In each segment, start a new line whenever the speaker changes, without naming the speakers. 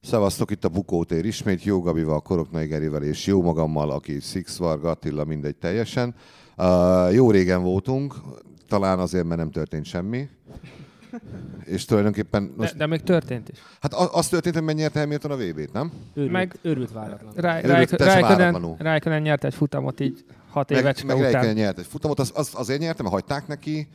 Szevasztok, itt a Bukótér ismét, Jó Gabival, Koroknai Gerivel és jó magammal, aki Six Varga, Attila, mindegy teljesen. Uh, jó régen voltunk, talán azért, mert nem történt semmi. És tulajdonképpen
De,
most,
de még történt is.
hát a- az történt, hogy megnyerte Hamilton a VB-t, nem?
Őrült,
Meg-
Meg... őrült váratlan.
Rá-
Örülök,
Rájk-
te se váratlanul.
Rájkonen- Rájkonen nyert egy futamot így hat
Meg,
évecske
meg
után.
Räikkönen nyert egy futamot, az, az, azért nyertem, mert hagyták neki,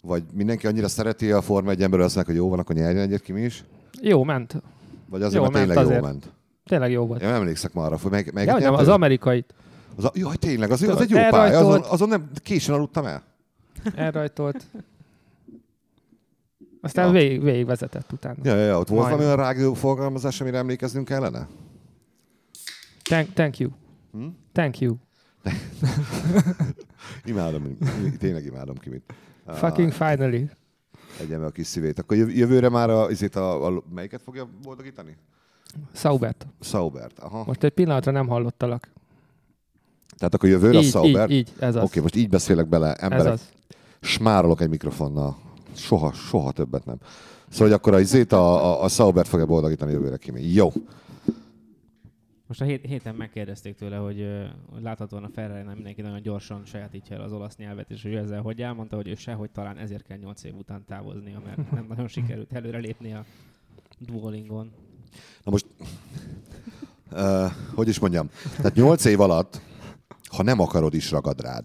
vagy mindenki annyira szereti a Forma 1 emberről, azt mondják, hogy jó van, akkor nyerjen egyet ki mi is,
Jó, ment.
vagy azért,
Jól
mert
ment
tényleg jól
azért.
ment.
Tényleg jó volt.
Én nem emlékszek már arra, hogy meg, meg
Ja, nem, az amerikait
Az a, jaj, tényleg, az, az
Tudod,
egy jó pálya, azon,
elrajtolt.
azon nem, későn aludtam el.
elrajtolt. Aztán
Ja.
végig, végig vezetett utána.
Ja, ja, ja ott volt
Majdnem.
valami olyan rágó forgalmazás, amire emlékeznünk kellene?
Thank, thank you.
Hm?
Thank you.
Imádom, tényleg imádom Kimit. Ah,
Fucking finally.
Egyen meg a kis szívét. Akkor jö- jövőre már a, izét a, a, melyiket fogja boldogítani?
Saubert.
Saubert, aha.
Most egy pillanatra nem hallottalak.
Tehát akkor jövőre a
így,
Saubert?
így, így, ez az.
Oké, most így beszélek bele,
ez
emberek.
az.
Smárolok egy mikrofonnal. Soha, soha többet nem. Szóval, hogy akkor a, izét a, a, a Saubert fogja boldogítani jövőre Kimi. Jó.
Most a hét, héten megkérdezték tőle, hogy, ö, hogy láthatóan a ferrari nem mindenki nagyon gyorsan sajátítja el az olasz nyelvet, és hogy ő ezzel hogy elmondta, hogy ő sehogy talán ezért kell 8 év után távoznia, mert nem nagyon sikerült előrelépni a Duolingon.
Na most, uh, hogy is mondjam, tehát nyolc év alatt, ha nem akarod, is ragad rád.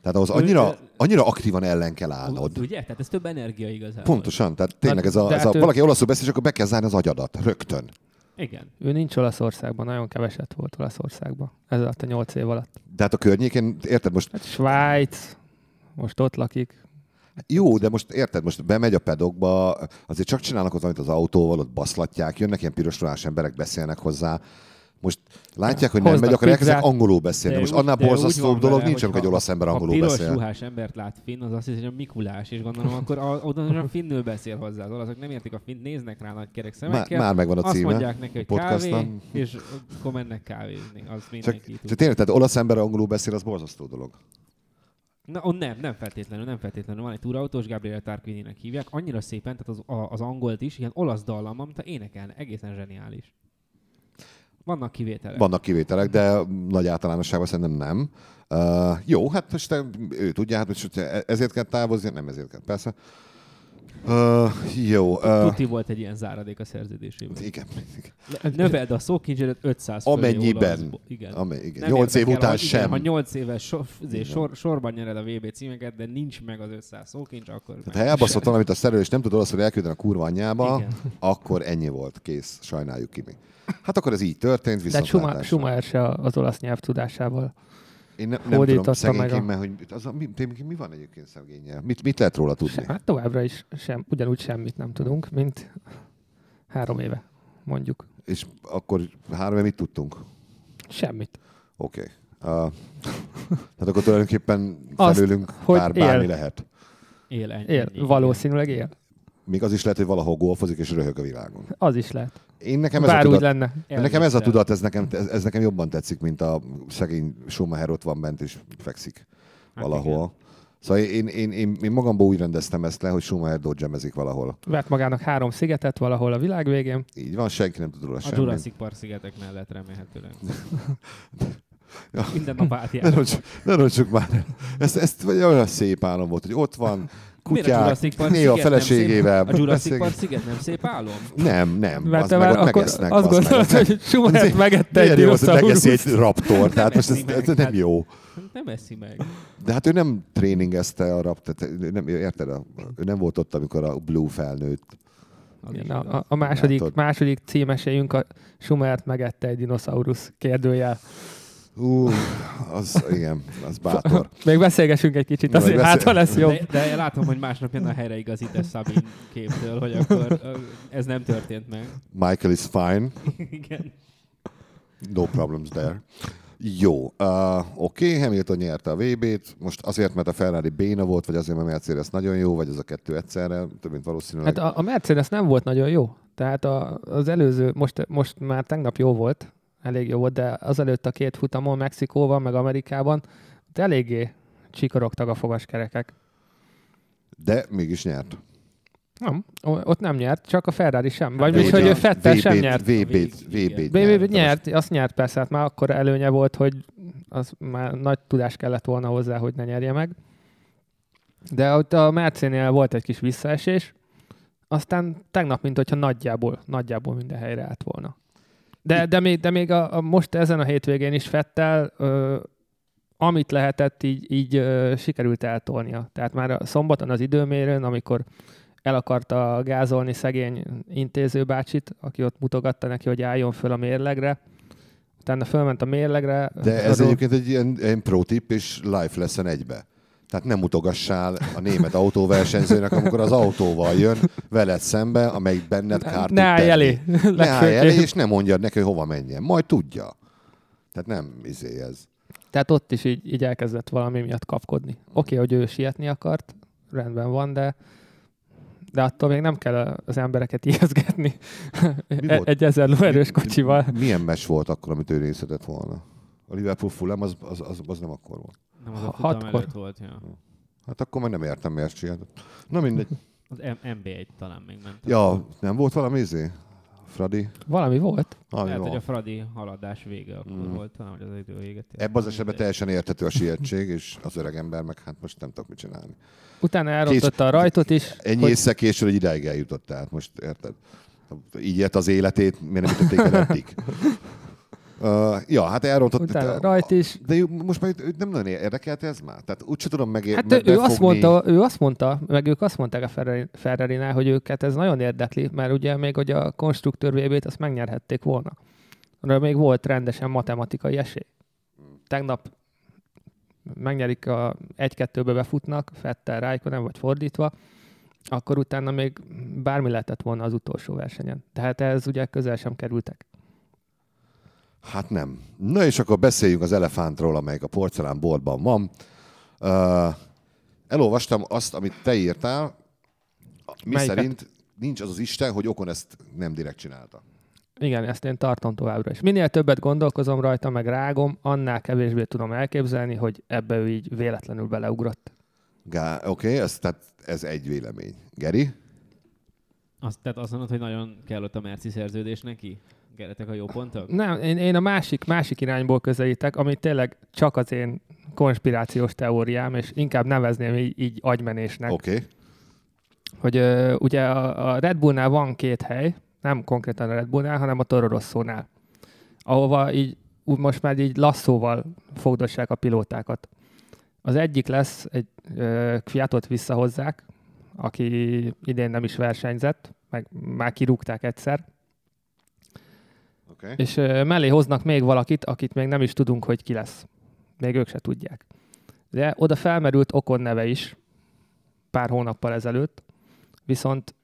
Tehát ahhoz annyira, annyira aktívan ellen kell állnod.
Ugye? Tehát ez több energia igazából.
Pontosan, tehát tényleg ez a,
de
ez a
hát ő-
valaki olaszul beszél, és akkor be kell zárni az agyadat, rögtön.
Igen.
Ő nincs Olaszországban, nagyon keveset volt Olaszországban. Ez alatt a nyolc év alatt.
De hát a környékén, érted most,
Hát Svájc, most ott lakik.
jó, de most érted, most bemegy a pedokba, azért csak csinálnak ott valamit az autóval, ott baszlatják, jönnek ilyen pirosrólás emberek, beszélnek hozzá. Most látják, hogy nem
Hoznak
megy, akkor elkezdenek
pizzát.
angolul beszélni.
De
Most
úgy-
annál
de úgy
borzasztóbb
van vele,
dolog nincs, amikor egy
hogyha
olasz ember angolul
ha piros
beszél.
ruhás embert lát finn, az azt hiszi, hogy a Mikulás, és gondolom, akkor a, oda a finnül beszél hozzá. Az olaszok nem értik a finn, néznek rá nagy kerek
Már,
szemekkel.
már megvan a
azt
címe.
mondják neki, hogy kávé,
podcastnak.
és akkor mennek kávézni. Az
Csak,
mindenki
csak
tud.
tényleg, tehát olasz ember angolul beszél, az borzasztó dolog.
Na, ó, nem, nem feltétlenül, nem feltétlenül. Van egy túrautós, Gabriele Tarquini-nek hívják. Annyira szépen, tehát az, a, az angolt is, ilyen olasz dallam, amit énekelne, egészen zseniális. Vannak kivételek.
Vannak kivételek, de nagy általánosságban szerintem nem. Uh, jó, hát most te- ő tudja, hát most hogyha e- ezért kell távozni, nem ezért kell, persze. Uh, jó. Uh,
Tuti volt egy ilyen záradék a szerződésében.
igen, igen.
Le- Növeld a szókincsedet 500 fölé
Amennyiben.
olaszba. Igen.
Ami, igen.
Nem
8 év
érdekel,
után
ha, Igen,
sem.
ha 8 éves sor, azért
Igen.
sor, sorban nyered a VB címeket, de nincs meg az 500 szókincs, akkor meg
Tehát ha elbaszott valamit a szerelő, és nem tud olaszul elküldeni a kurva anyjába,
Igen.
akkor ennyi volt, kész, sajnáljuk ki mi. Hát akkor ez így történt,
De
viszont
Schumacher Schumacher se az olasz nyelv tudásával.
Én ne, nem tudom,
hódította meg
szegényként,
a-
mert hogy az a, mi, mi van egyébként szegényel? Mit, mit lehet róla tudni?
Hát továbbra is sem, ugyanúgy semmit nem tudunk, mint három éve, mondjuk.
És akkor három év mit tudtunk?
Semmit.
Oké. Okay. Uh, tehát akkor tulajdonképpen
Azt,
felülünk
hogy
bár, bármi
él.
lehet.
él ennyi.
Él,
ennyi.
valószínűleg él.
Még az is lehet, hogy valahol golfozik és röhög a világon.
Az is lehet.
Én nekem ez
Bár
a
úgy
tudat,
lenne.
nekem ez a
Elvitte.
tudat, ez nekem, ez, ez nekem jobban tetszik, mint a szegény Schumacher ott van bent és fekszik
Hát
valahol. Szóval én, én, én, én magamból úgy rendeztem ezt le, hogy Schumacher dodgemezik valahol.
Vett magának három szigetet valahol a világ végén.
Így van, senki nem tud róla
A
semmit.
Jurassic Park szigetek mellett remélhetőleg.
Ja.
Minden nap átjár.
Ne rontsuk, ne rontsuk már el. Ezt, ezt vagy olyan szép álom volt, hogy ott van, kutyák, néha a
sziget nem
feleségével.
szép- A Jurassic
beszélget.
Park sziget nem szép álom?
Nem, nem.
Mert
az
te
meg
már
ott
akkor
megesznek.
azt
bazd meg.
gondolod, hogy Schumachert megette egy
Milyen jó, az, hogy megeszi
dinoszaurusz.
egy raptor, tehát most ez,
eszi
ez
meg,
nem
hát.
jó.
Nem eszi meg.
De hát ő nem tréningezte a raptort, ő nem, ő- érted? A- Ő nem volt ott, amikor a Blue felnőtt.
Az
Igen,
is
a,
igaz.
a- a második,
Látod.
második címeséjünk a Schumachert megette egy dinoszaurusz kérdőjel.
Ú, az igen, az bátor.
Még beszélgessünk egy kicsit,
Jó,
azért
beszél-
hát ha lesz jobb.
De, de látom, hogy másnap jön a helyreigazítás Szabin képtől, hogy akkor ö, ez nem történt meg.
Michael is fine,
Igen.
no problems there. Jó, uh, oké, okay, Hamilton nyerte a VB-t, most azért, mert a Ferrari béna volt, vagy azért, mert a Mercedes nagyon jó, vagy az a kettő egyszerre, több mint valószínűleg.
Hát a, a Mercedes nem volt nagyon jó. Tehát a, az előző, most, most már tegnap jó volt, elég jó volt, de azelőtt a két futamon Mexikóban, meg Amerikában, ott eléggé csikorogtak a fogaskerekek.
De mégis nyert.
Nem, o- ott nem nyert, csak a Ferrari sem. Vagy
VB-t
is, hogy ő Fettel sem
VB-t
nyert.
VB-t,
Igen.
VB-t
BB
nyert.
nyert, azt nyert persze, hát már akkor előnye volt, hogy az már nagy tudás kellett volna hozzá, hogy ne nyerje meg. De ott a Mercénél volt egy kis visszaesés, aztán tegnap, mint hogyha nagyjából, nagyjából minden helyre állt volna. De, de még, de még a, a, most ezen a hétvégén is Fettel, ö, amit lehetett, így, így ö, sikerült eltolnia. Tehát már a szombaton az időmérőn, amikor el akarta gázolni szegény intézőbácsit, aki ott mutogatta neki, hogy álljon föl a mérlegre. Utána fölment a mérlegre.
De ez
arról-
egyébként egy ilyen, ilyen pro tip és life lesson egybe. Tehát nem utogassál a német autóversenyzőnek, amikor az autóval jön veled szembe, amelyik benned kárt tud
Ne állj
tenni.
elé!
Ne állj elé,
Legfőképp.
és nem mondjad neki, hogy hova menjen. Majd tudja. Tehát nem izé ez.
Tehát ott is így, így elkezdett valami miatt kapkodni. Oké, hogy ő sietni akart, rendben van, de de attól még nem kell az embereket ijeszgetni E-
Mi volt?
egy ezer lóerős kocsival.
Milyen mes volt akkor, amit ő részletett volna? A Liverpool Fulham az, az, az, az nem akkor volt.
Nem, az a
Ha-
futam
hatkor.
előtt volt. Ja.
Hát akkor már nem értem, miért csináltad. Na mindegy.
Az M- MB1 talán még ment.
Ja, nem volt valami izé? Fradi?
Valami volt.
Valami
Lehet,
van.
hogy a Fradi haladás vége akkor
Mhm.
volt, talán, hogy az idő véget. ért.
Ebben az esetben
Mindegy.
teljesen érthető a sietség, és az öreg ember meg hát most nem tudok mit csinálni.
Utána elrontotta a rajtot is.
Ennyi
hogy-
észre később, hogy idáig eljutott, tehát most érted? Így élt az életét, miért nem jutotték el eddig? Uh, ja, hát elrontott.
Utána
de,
rajt is.
de jó, most már őt- őt nem nagyon érdekelte ez már? Tehát úgyse tudom meg,
Hát
meg
ő azt, mondta, ő azt mondta, meg ők azt mondták a Ferrari- Ferrari-nál, hogy őket ez nagyon érdekli, mert ugye még hogy a konstruktőr VB-t azt megnyerhették volna. Arra még volt rendesen matematikai esély. Tegnap megnyerik a 1-2-be befutnak, Fettel, Raikkonen, vagy fordítva, akkor utána még bármi lehetett volna az utolsó versenyen. Tehát ez ugye közel sem kerültek.
Hát nem. Na és akkor beszéljünk az elefántról, amelyik a porcelánboltban van. Uh, elolvastam azt, amit te írtál, mi
Melyiket?
szerint nincs az az Isten, hogy Okon ezt nem direkt csinálta.
Igen, ezt én tartom továbbra is. Minél többet gondolkozom rajta, meg rágom, annál kevésbé tudom elképzelni, hogy ebbe ő így véletlenül beleugrott.
Gá, oké, okay, ez, tehát ez egy vélemény. Geri?
Azt, tehát azt mondod, hogy nagyon kell ott a Merci szerződés neki? Geretek a jó pontok?
Nem, én, én a másik, másik irányból közelítek, ami tényleg csak az én konspirációs teóriám, és inkább nevezném így, így agymenésnek.
Oké. Okay.
hogy ö, ugye a, a Red Bullnál van két hely, nem konkrétan a Red Bullnál, hanem a Toro Rosso-nál, ahova így úgy most már így lasszóval fogdossák a pilótákat. Az egyik lesz, egy ö, Kviatot visszahozzák, aki idén nem is versenyzett, meg már kirúgták egyszer,
Okay.
és ö, mellé hoznak még valakit, akit még nem is tudunk, hogy ki lesz. Még ők se tudják. De oda felmerült Okon neve is pár hónappal ezelőtt, viszont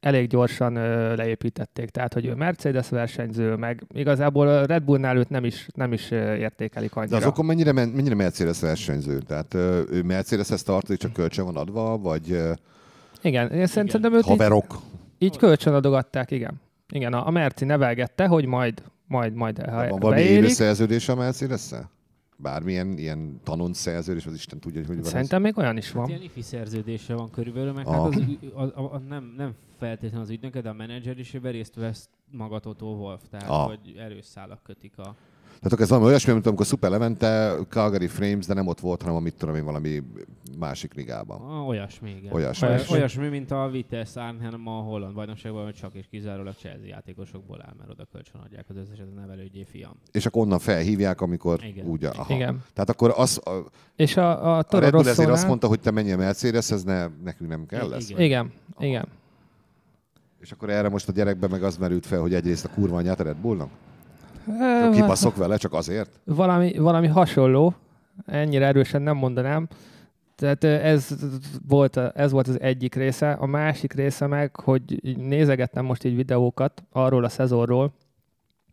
elég gyorsan ö, leépítették. Tehát, hogy ő Mercedes versenyző, meg igazából a Red Bullnál őt nem is, nem is ö, értékelik
De
annyira.
az Okon mennyire, men- mennyire Mercedes versenyző? Tehát ö, ő Mercedeshez tartozik, csak kölcsön van adva, vagy ö,
Igen, én szerintem őt így,
haverok?
így kölcsönadogatták, igen. Igen, a, a Merci nevelgette, hogy majd, majd, majd
Tehát Van
ha
valami élő
beérik,
szerződés a mercedes Bármilyen ilyen tanon szerződés, az Isten tudja, hogy hogy van ez.
szerintem még olyan is
Hát
van.
ilyen ifi szerződése van körülbelül, meg
Aha.
hát az, ügy- a, a, a, nem, nem feltétlenül az ügynöke, de a menedzser is ő részt vesz magatotó Wolf, tehát
Ah.
hogy erős szálak kötik a...
Tehát Hát akkor ez valami olyasmi, mint amikor Super Levente, Calgary Frames, de nem ott volt, hanem amit tudom én, valami másik ligában.
a olyasmi, igen.
Olyasmi.
Olyas, olyasmi, mint a Vitesse Arnhem a holland bajnokságban, hogy csak és kizárólag Chelsea játékosokból áll, mert oda kölcsön adják az összeset a nevelődjé fiam.
És akkor onnan felhívják, amikor
Igen.
úgy... Aha.
Igen.
Tehát akkor az, a,
És a, a
a
Toro
Red Bull ezért azt
Rosso-nál...
mondta, hogy te menjél Mercedeshez, ne, nekünk nem kell lesz.
Igen.
Igen, igen.
És akkor erre most a gyerekben meg az merült fel, hogy egyrészt a kurva anyját a Red Bullnak?
Ö, hát-
Csak Kibaszok vele csak azért?
Valami, valami hasonló, ennyire erősen nem mondanám. Tehát ö, ez volt, a- ez volt az egyik része. A másik része meg, hogy így nézegettem most így videókat arról a szezonról,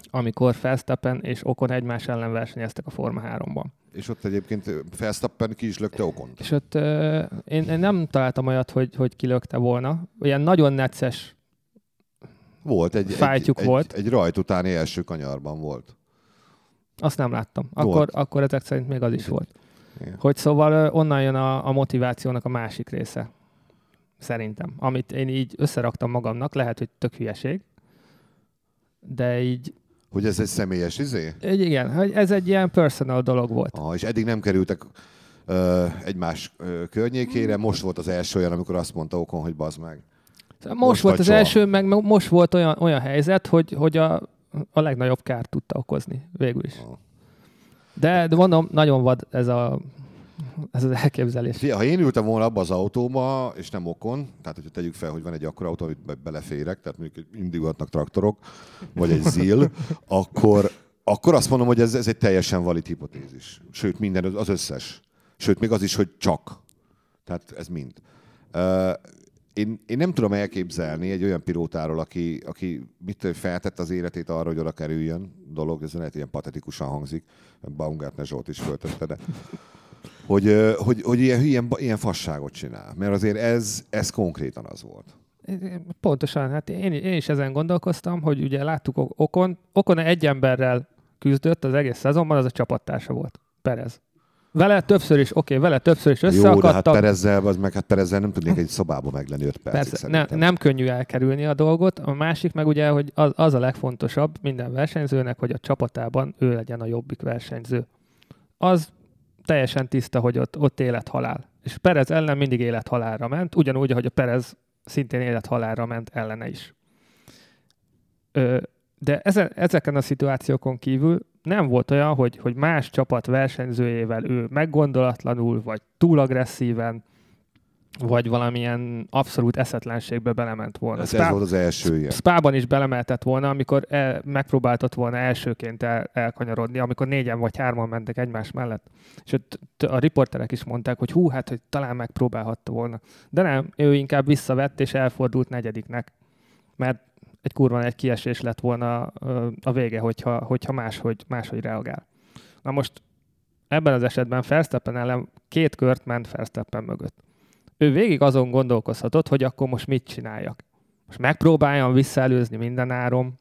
amikor Verstappen és Okon egymás ellen versenyeztek a Forma 3-ban.
És ott egyébként Felsztappen ki is lökte okont.
És ott ö, én, én nem találtam olyat, hogy, hogy kilökte volna. Ilyen nagyon necces,
Volt egy, egy,
Fájtjuk
egy,
volt.
egy rajt utáni első kanyarban volt.
azt nem láttam. Akkor,
Volt.
akkor ezek szerint még az is volt.
Igen.
Hogy szóval ö, onnan jön a, a motivációnak a másik része. Szerintem. Amit én így összeraktam magamnak, lehet, hogy tök hülyeség, de így,
Hogy ez egy személyes izé?
így igen, hogy ez egy ilyen personal dolog volt.
Aha, és eddig nem kerültek ö, egymás ö, környékére, most volt az első olyan, amikor azt mondta Okon, hogy bazd meg.
Most,
Most
most volt
vagy
az
soha.
első, meg meg most volt olyan, olyan helyzet, hogy, hogy a, a legnagyobb kárt tudta okozni végül is.
Aha.
De, de mondom, nagyon vad ez, a, ez az elképzelés.
Fia, ha én ültem volna abba az autóba, és nem okon, tehát hogyha tegyük fel, hogy van egy akkora autó, amit be- beleférek, tehát mondjuk egy indigotnak traktorok, vagy egy zil, akkor, akkor azt mondom, hogy ez, ez egy teljesen valid hipotézis. Sőt, minden, az összes. Sőt, még az is, hogy csak. Tehát ez mind. Ö, Én, én nem tudom elképzelni egy olyan pilótáról, aki, aki mit tudom, feltett az életét arra, hogy oda kerüljön dolog, ez lehet ilyen patetikusan hangzik, Baumgartner Zsolt is föltette, de hogy, ö, hogy, hogy ilyen, ilyen, ilyen fasságot csinál. Mert azért ez, ez konkrétan az volt.
Pontosan, hát én, én is ezen gondolkoztam, hogy ugye láttuk Ok- Okon, Okon egy emberrel küzdött az egész szezonban, az a csapattársa volt, Perez. Vele többször is, oké, vele többször is
Jó, de hát
összeakadtak.
Perezzel, az meg hát Perezzel nem tudnék egy szobába meglenni 5 percig
Persze, ne,
szerintem.
nem könnyű elkerülni a dolgot. A másik meg ugye, hogy az, az a legfontosabb minden versenyzőnek, hogy a csapatában ő legyen a jobbik versenyző. Az teljesen tiszta, hogy ott, ott élet-halál. És Perez ellen mindig élet-halálra ment, ugyanúgy, ahogy a Perez szintén élet-halálra ment ellene is. Ö, de ezen, ezeken a szituációkon kívül nem volt olyan, hogy, hogy más csapat versenyzőjével ő meggondolatlanul, vagy túl agresszíven, vagy valamilyen abszolút eszetlenségbe belement volna.
Hát Ez, ez
Sztá-
volt az első ilyen.
Spában is belemeltett volna, amikor el, megpróbáltott volna elsőként el, elkanyarodni, amikor négyen vagy hárman mentek egymás mellett. És ott t- a riporterek is mondták, hogy hú, hát, hogy talán megpróbálhatta volna. De nem, ő inkább visszavett és elfordult negyediknek. Mert egy kurva egy kiesés lett volna ö, a vége, hogyha, hogyha máshogy, máshogy reagál. Na most ebben az esetben Verstappen ellen két kört ment Verstappen mögött. Ő végig azon gondolkozhatott, hogy akkor most mit csináljak most megpróbáljam visszaelőzni minden árom,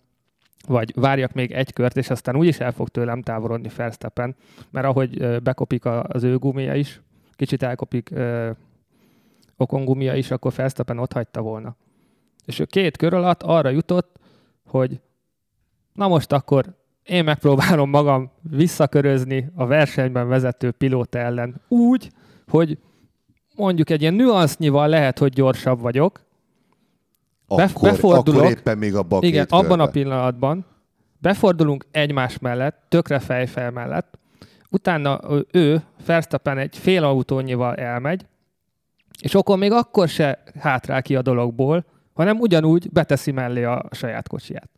vagy várjak még egy kört, és aztán úgyis el fog tőlem távolodni Verstappen, mert ahogy ö, bekopik a- az ő gumia is, kicsit elkopik ö, Okon gumia is, akkor Verstappen ott hagyta volna. És ő két kör alatt arra jutott, hogy na most akkor én megpróbálom magam visszakörözni a versenyben vezető pilóta ellen úgy, hogy mondjuk egy ilyen nüansznyival lehet, hogy gyorsabb vagyok, bef-
Akkor,
befordulok.
akkor éppen még abban a
igen,
két
abban
körben.
a pillanatban befordulunk egymás mellett, tökre fejfel mellett, utána ö- ő, Verstappen egy fél autónyival elmegy, és akkor még akkor se hátrál ki a dologból, hanem ugyanúgy beteszi mellé a saját kocsiját.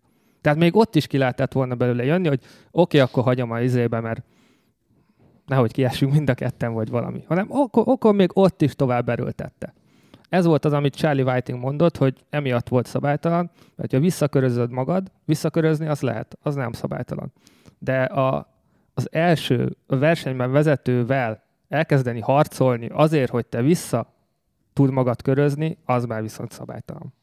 Tehát még ott is ki lehetett volna belőle jönni, hogy oké, okay, akkor hagyom a izébe, mert nehogy kiesünk mind a ketten, vagy valami. Hanem akkor, akkor még ott is tovább erőltette. Ez volt az, amit Charlie Whiting mondott, hogy emiatt volt szabálytalan, mert ha visszakörözöd magad, visszakörözni az lehet, az nem szabálytalan. De a, az első versenyben vezetővel elkezdeni harcolni azért, hogy te vissza tud magad körözni, az már viszont szabálytalan.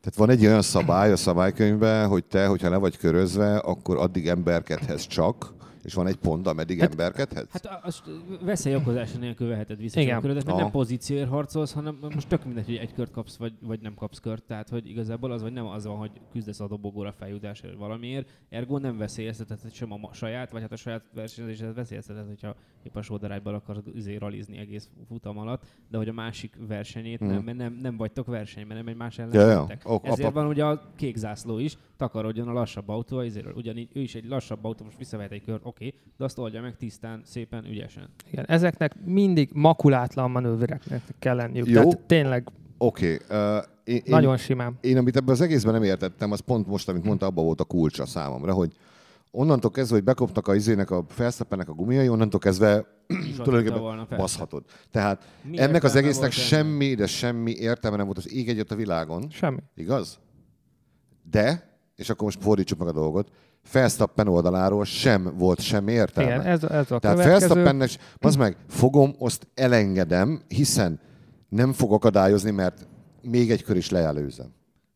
Tehát van egy olyan szabály a szabálykönyvben, hogy te, hogyha le vagy körözve, akkor addig emberkedhetsz csak, és van egy pont, ameddig
Hát-
emberkedhetsz.
Hát a- azt veszélyokozása nélkül veheted vissza
Igen.
Igen. a körödet, mert
Aha.
nem pozícióért harcolsz, hanem most tök mindegy, hogy egy kört kapsz, vagy, vagy nem kapsz kört. Tehát, hogy igazából az vagy nem az van, hogy küzdesz a dobogóra feljutásért vagy valamiért, ergo nem veszélyezteted sem a ma- saját, vagy hát a saját versenyzésedet veszélyezteted, hogyha épp a sódarányban akarsz izé ralizni egész futam alatt, de hogy a másik versenyét
Mhm.
nem, mert nem, nem vagytok versenyben, nem egymás ellen
Ja, ja.
mentek.
Ok,
Ezért
apa-
van ugye a kék zászló is, takarodjon a lassabb autó, ezért ugyanígy ő is egy lassabb autó, most visszavehet egy kört, oké, de azt oldja meg tisztán, szépen, ügyesen.
Igen, ezeknek mindig makulátlan manővereknek kell lenniük.
Jó.
Tehát tényleg
Oké. Okay. Uh,
nagyon simán.
én amit ebben az egészben nem értettem, az pont most, amit mondta, abban volt a kulcsa számomra, hogy onnantól kezdve, hogy bekopnak a izének, a felszepenek a gumiai, onnantól kezdve
tudta
tulajdonképpen
volna, persze.
baszhatod. Tehát
Mi
ennek az
értelme
egésznek
volt ennek?
semmi, de semmi értelme nem volt az ég egyet a világon.
Semmi.
Igaz? De, és akkor most fordítsuk meg a dolgot, Felsztappen oldaláról sem volt semmi értelme.
Igen, ez, ez a
Tehát
következő.
Verstappennek, az meg, fogom, azt elengedem, hiszen nem fog akadályozni, mert még egy kör is leelőzem.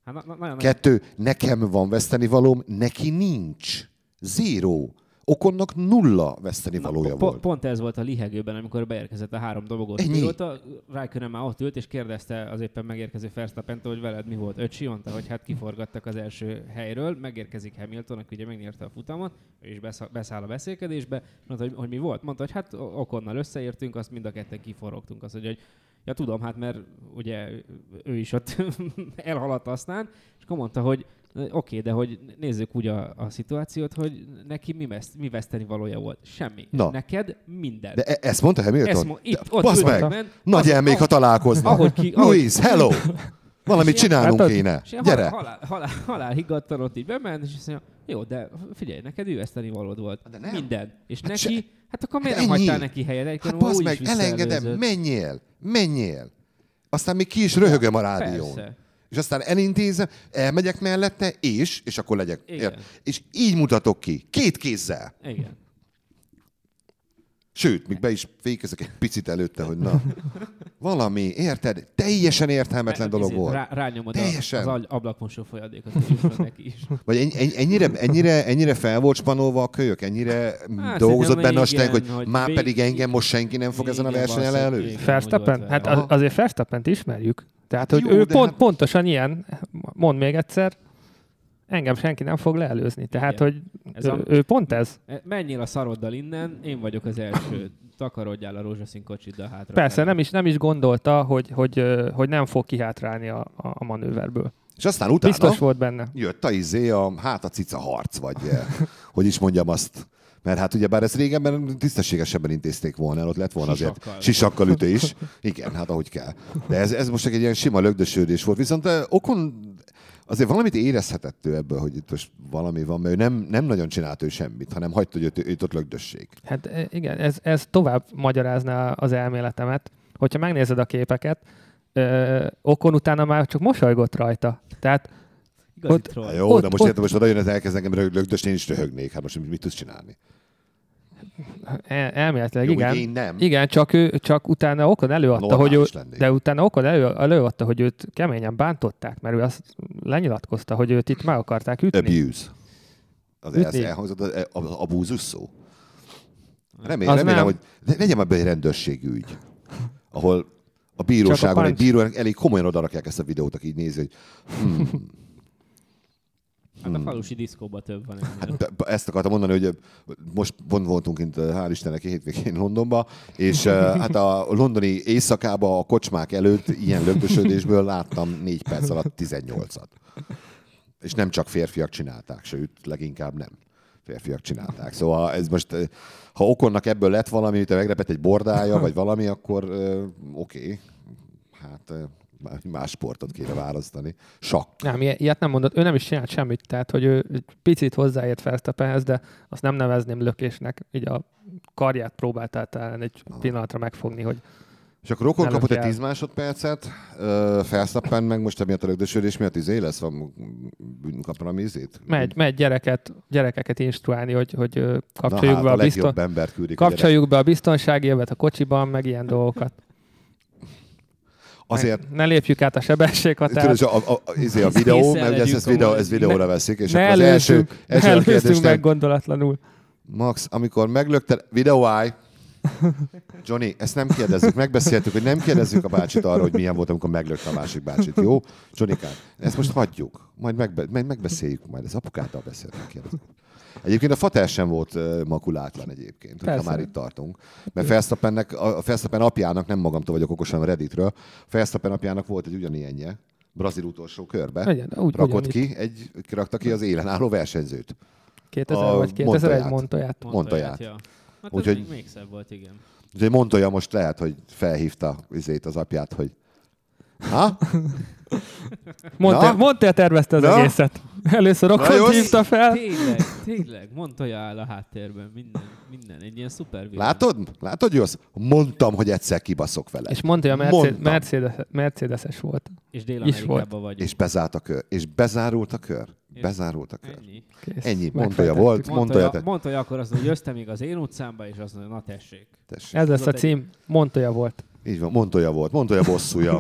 Hát na, na, nagyon,
Kettő, nekem van vesztenivalóm, neki nincs. Zero. Okonnak nulla veszteni valója
po-
volt.
Pont ez volt a lihegőben, amikor beérkezett a három dobogós
Ennyi.
pilóta. Raikkonen már ott ült, és kérdezte az éppen megérkező verstappen hogy veled mi volt. Öcsi mondta, hogy hát kiforgattak az első helyről, megérkezik Hamilton, aki ugye megnyerte a futamot, ő is beszá- beszáll a beszélkedésbe, mondta, hogy, hogy mi volt. Mondta, hogy hát okonnal összeértünk, azt mind a ketten kiforogtunk. Azt mondja, hogy ja tudom, hát mert ugye ő is ott elhaladt aztán, és akkor mondta, hogy Oké, de hogy nézzük úgy a, a szituációt, hogy neki mi, veszt, mi veszteni valója volt? Semmi.
Na.
Neked minden.
De e- ezt mondta Hamilton?
Ezt mo- itt,
Te-
ott
Basz
ültek
meg!
bent.
Nagy
Az-
elmék, ha
ahogy-
találkoznak.
ahogy ki- ahogy-
Louise, hello! Valamit
És ilyen- hát
csinálnunk
látod?
kéne.
És ilyen
Gyere!
Halál, halál, halál, halál higgadtan ott így bement, és azt mondja, jó, de figyelj, neked ő veszteni valód volt.
De nem.
Minden. És
Hát
neki,
se-
hát akkor miért
Hát
nem hagytál
ennyi.
neki helyet? Egy
Hát bazd meg, elengedem, menjél, menjél. Aztán még ki is röhögöm a rádión.
persze.
És aztán elintézem, elmegyek mellette, és, és akkor legyek.
Igen.
ér- És így mutatok ki, két kézzel.
Igen.
Sőt, még be is fékezek egy picit előtte, hogy na, valami, érted? Teljesen értelmetlen dolog
Ezért
volt.
izé, Rá, rányomod a-
Teljesen.
az agy- ablakmosó folyadékot, és úgy van neki is.
Vagy eny, eny, ennyire, ennyire, ennyire fel volt spanolva a kölyök, ennyire hát,
Hát
dolgozott
szerintem
benne a stenk, hogy,
igen,
hogy
hogy
már
vég-
pedig engem most senki nem fog ezen a
Igen,
versenyen
valószínűleg.
elő.
Igen, úgy
Verstappen?
volt
Hát
vele.
az, azért Verstappent ismerjük. Tehát, hogy
Jó,
ő
de
pont,
hát-
pontosan ilyen, mond még egyszer, engem senki nem fog leelőzni. Tehát,
Igen.
hogy
Ez
ő,
a-
ő pont ez.
E, Menjél a szaroddal innen, én vagyok az első. Takarodjál a rózsaszín kocsiddal hátra.
Persze, nem is, nem is gondolta, hogy, hogy, ö, hogy nem fog kihátrálni a, a a manőverből.
És aztán utána
Biztos volt benne.
jött a izé, a, hát a cica harc, vagy eh, hogy is mondjam azt. Mert hát ugye bár ezt régebben tisztességesebben intézték volna el, ott lett volna azért
Sisakkal.
sisakkal ütő is. Igen, hát ahogy kell. De ez, ez most csak egy ilyen sima lögdösődés volt. Viszont eh, okon azért valamit érezhetett ő ebből, hogy itt most valami van, mert ő nem, nem nagyon csinált ő semmit, hanem hagyta, hogy őt, őt ott lögdössék.
Hát e, igen, ez, ez tovább magyarázná az elméletemet. Hogyha megnézed a képeket, ö, Okon utána már csak mosolygott rajta. Tehát
Igazi
Ott-
Na
troll.
jó,
Ott-
de most
ott-
érted, most oda jön, ez elkezd engem rög- lögdösni, én is röhögnék. Hát most mit, mit tudsz csinálni?
el, e, elméletileg
Jó,
igen.
ugye én nem.
Igen, csak, ő, csak utána Okon előadta, hogy
Normális
ő,
lennék.
de utána Okon elő, előadta, hogy őt keményen bántották, mert ő azt lenyilatkozta, hogy őt itt meg akarták ütni.
Abuse. Az
Ütni.
ez elhangzott, az e- az abúzus szó. Remél,
Az
remélem,
nem.
hogy le- legyen ebben egy rendőrségügy, ahol a bíróságon
Csak a
egy
punch.
bíró elég komolyan odarakják ezt a videót, aki így nézi, hogy hmm,
Hát a falusi diszkóban több van
Be-
ennél.
be- Hát, ezt akartam mondani, hogy ö, most pont voltunk itt, ö, hál' Istennek, hétvégén Londonba, és ö, hát a londoni éjszakába a kocsmák előtt ilyen lögdösödésből láttam négy perc alatt 18-at. És nem csak férfiak csinálták, sőt, leginkább nem férfiak csinálták. Szóval ez most, ö, ha okonnak ebből lett valami, hogy megrepett egy bordája, vagy valami, akkor ö, oké, hát ö, már más sportot kéne választani. Sakk.
Nem, i- ilyet nem mondott. Ő nem is csinált semmit, tehát hogy ő egy picit hozzáért Verstappenhez, de azt nem nevezném lökésnek. Így a karját próbáltál talán egy
Ah.
pillanatra megfogni, hogy
És akkor Rokon
Előtt
kapott egy
jár.
10 másodpercet, ö, Verstappen meg most emiatt a rögdösödés miatt izé lesz, van kapra a izét?
megy, megy gyereket, gyerekeket instruálni, hogy, hogy ö, kapcsoljuk,
Na, hát
be,
a
a
legjobb
bizton...
embert küldik. a gyerek.
kapcsoljuk be a biztonsági jövet a kocsiban, meg ilyen dolgokat.
Azért,
Ne, ne lépjük át a sebességhatárt.
tudod, a, a, a, izé a videó,
Készen
mert ugye ezt, ezt,
legyünk
videó,
amúgy.
ezt videóra veszik, és
Ne
akkor az első,
előzzünk, ne
első a
előzzünk
kérdésnek,
meg gondolatlanul.
Max, amikor meglökted, videó állj! Johnny, ezt nem kérdezzük, megbeszéltük, hogy nem kérdezzük a bácsit arra, hogy milyen volt, amikor meglökte a másik bácsit, jó? Johnnykám, ezt most hagyjuk, majd, megbe- majd megbeszéljük, majd ez apukáttal beszélünk, kérdezzük. Egyébként a fater sem volt ö, makulátlan egyébként, hogyha
Persze.
már itt tartunk. Mert Felsztapennek, a Felsztapen apjának, nem magamtól vagyok okos, hanem Redditről, Felsztapen apjának volt egy ugyanilyenje, brazil utolsó körbe.
Igen, úgy-
rakott
ugyanígy.
ki, egy, rakta ki az élen álló versenyzőt.
2000
A
vagy 2001
Montoyát.
montoját.
Montoját.
Ja. Hát
Úgyhogy-
Úgyhogy... még, még szebb volt, igen.
Úgyhogy Montoya most lehet, hogy felhívta izét az apját, hogy ha?
Montoya,
Na?
Montoya tervezte az
Na?
egészet. Először Rokon
Lajos?
hívta fel.
Tényleg, tényleg, Montoya áll a háttérben, minden, minden, egy ilyen szuper világ.
Látod? Látod, Jussz? Mondtam, hogy egyszer kibaszok vele. És,
És Montoya Mercedes,
Mondtam.
Mercedes, Mercedes-es volt.
És Dél-Amerikában vagyunk.
és bezárt a kör. És bezárult a kör. Bezárult a kör.
Ennyi.
Kész.
Ennyi. Montoya
Megfejtettük.
volt. Montoya,
Montoya,
te
Montoya akkor azt mondja, hogy jöttem még az én utcámba, és azt mondja, na tessék.
tessék.
Ez lesz a
Tudod, egy-
cím. Montoya volt.
Így van, Montoya volt. Montoya bosszúja.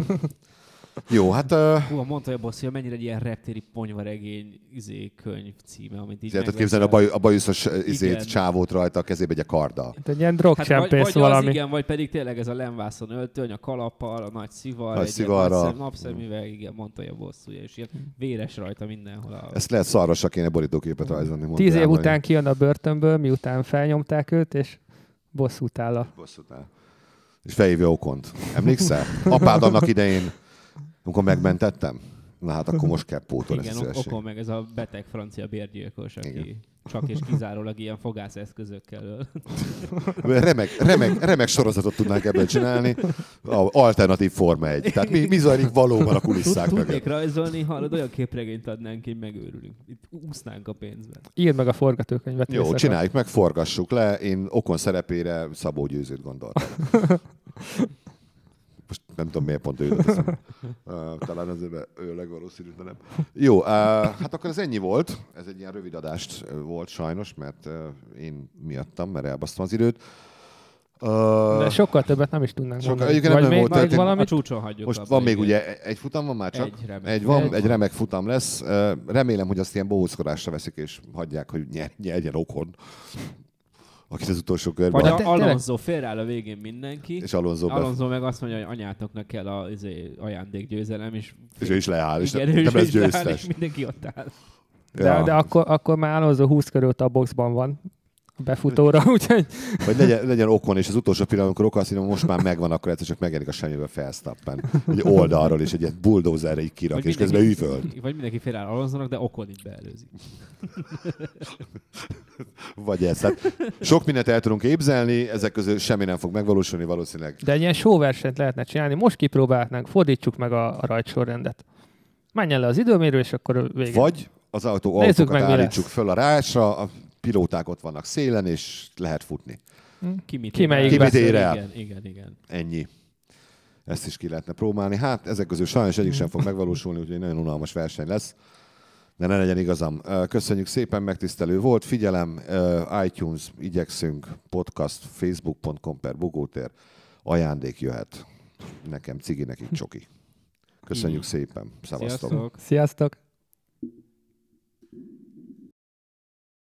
Jó, hát ö,
Hú, a mondta, hogy a boss, hogy mennyire egy ilyen reptéri ponyvaregény izé, könyv címe, amit így
így el tudod
megveszel.
képzelni a, baj, a bajuszos ö, izét,
Igen.
csávót rajta a kezébe egy a karddal.
Hát egy ilyen
Hát vagy,
drogcsempész
vagy
valami.
az igen, vagy pedig tényleg ez a lemvászon öltöny, a kalappal, a nagy szivar,
Nagy
egy ilyen
szivarral.
nagy szem- napszemüveg, igen, mondta hogy a bosszúja, és ilyen véres rajta mindenhol. A...
Ezt lehet szarosra kéne borítóképet rajzolni. mondta
Tíz év
elmondani.
után kijön a börtönből, miután felnyomták őt, és bosszút áll a...
Bosszút áll. És felhívja Okont. Emlékszel? Apád annak idején, amikor megmentettem? Na hát akkor most kell pótolni ezt
igen,
a
ok-
szívesség.
okon meg ez a beteg francia bérgyilkos, aki
Igen.
csak és kizárólag ilyen fogászeszközökkel öl.
Remek, remek, remek sorozatot tudnánk ebből csinálni. A- Alternatív forma egy. Tehát mi, mi zajlik valóban a kulisszák
Tudnék
mögött.
rajzolni, hallod, olyan képregényt adnánk, így megőrülünk. Itt úsznánk a pénzben.
Írd meg a forgatókönyvet.
Jó,
éjszaka.
csináljuk meg, forgassuk le. Én Okon szerepére Szabó Győzőt gondoltam. Most nem tudom, miért pont ő jutott eszembe. Ö, Talán azért mert ő a legvalószínűbb, de nem. Jó, ö, hát akkor ez ennyi volt. Ez egy ilyen rövid adást ö, volt sajnos, mert ö, én miattam, mert elbasztam az időt. Ö,
De sokkal többet nem is tudnánk
Sokkal-
mondani.
egyébként nem
Vagy még,
volt
még
történet-
A
valamit?
csúcson hagyjuk.
Most
abba,
van még
igen.
ugye egy futam van már csak?
Egy remek.
egy van,
Egy
egy,
van.
remek futam lesz. Ö, Remélem, hogy azt ilyen bohóckodásra veszik, és hagyják, hogy nyer, nyerjen okon, akit az utolsó körben.
Vagy
Hát
Vagy
a
te-
Alonso félreáll a végén mindenki.
és Alonso, Alonso
Alonso meg azt mondja, hogy anyátoknak kell az izé, ajándékgyőzelem, és
és ő is leáll, és
igen,
nem,
ő
nem lesz
is leáll,
győztes.
és mindenki ott áll.
De, ja. de akkor, akkor már Alonso 20 körül a boxban van a befutóra, úgyhogy
Vagy legyen, legyen okon, és az utolsó pillanat, amikor okon azt mondja, most már megvan, akkor egyszer csak megjelenik a semmiből Felsztappen. Egy oldalról, és egy ilyen bulldozerre így kirak, és közben üvöl.
Vagy mindenki félreáll Alonsonak, de okon itt beelőzi.
Vagy ez. Tehát sok mindent el tudunk képzelni, ezek közül semmi nem fog megvalósulni valószínűleg.
de egy ilyen showversenyt lehetne csinálni. Most kipróbálhatnánk, fordítsuk meg a, a rajtsorrendet. Menjen le az időmérő, és akkor végig.
Vagy az autó
Nézzük
autókat
meg, mi
állítsuk
lesz.
föl a rácsra, a pilóták ott vannak szélen, és lehet futni.
Hm?
Ki mit
Ki
ér
melyik
el?
beszél? Ki mit ér el?
Igen, igen, igen.
Ennyi. Ezt is ki lehetne próbálni. Hát ezek közül sajnos egyik sem fog megvalósulni, úgyhogy nagyon unalmas verseny lesz. De ne legyen igazam. Ö, Köszönjük szépen, megtisztelő volt. Figyelem, ö, iTunes, igyekszünk, podcast, facebook.com per bogótér. Ajándék jöhet. Nekem cigi, nekik csoki. Köszönjük szépen. Szevasztok.
Sziasztok.
Sziasztok!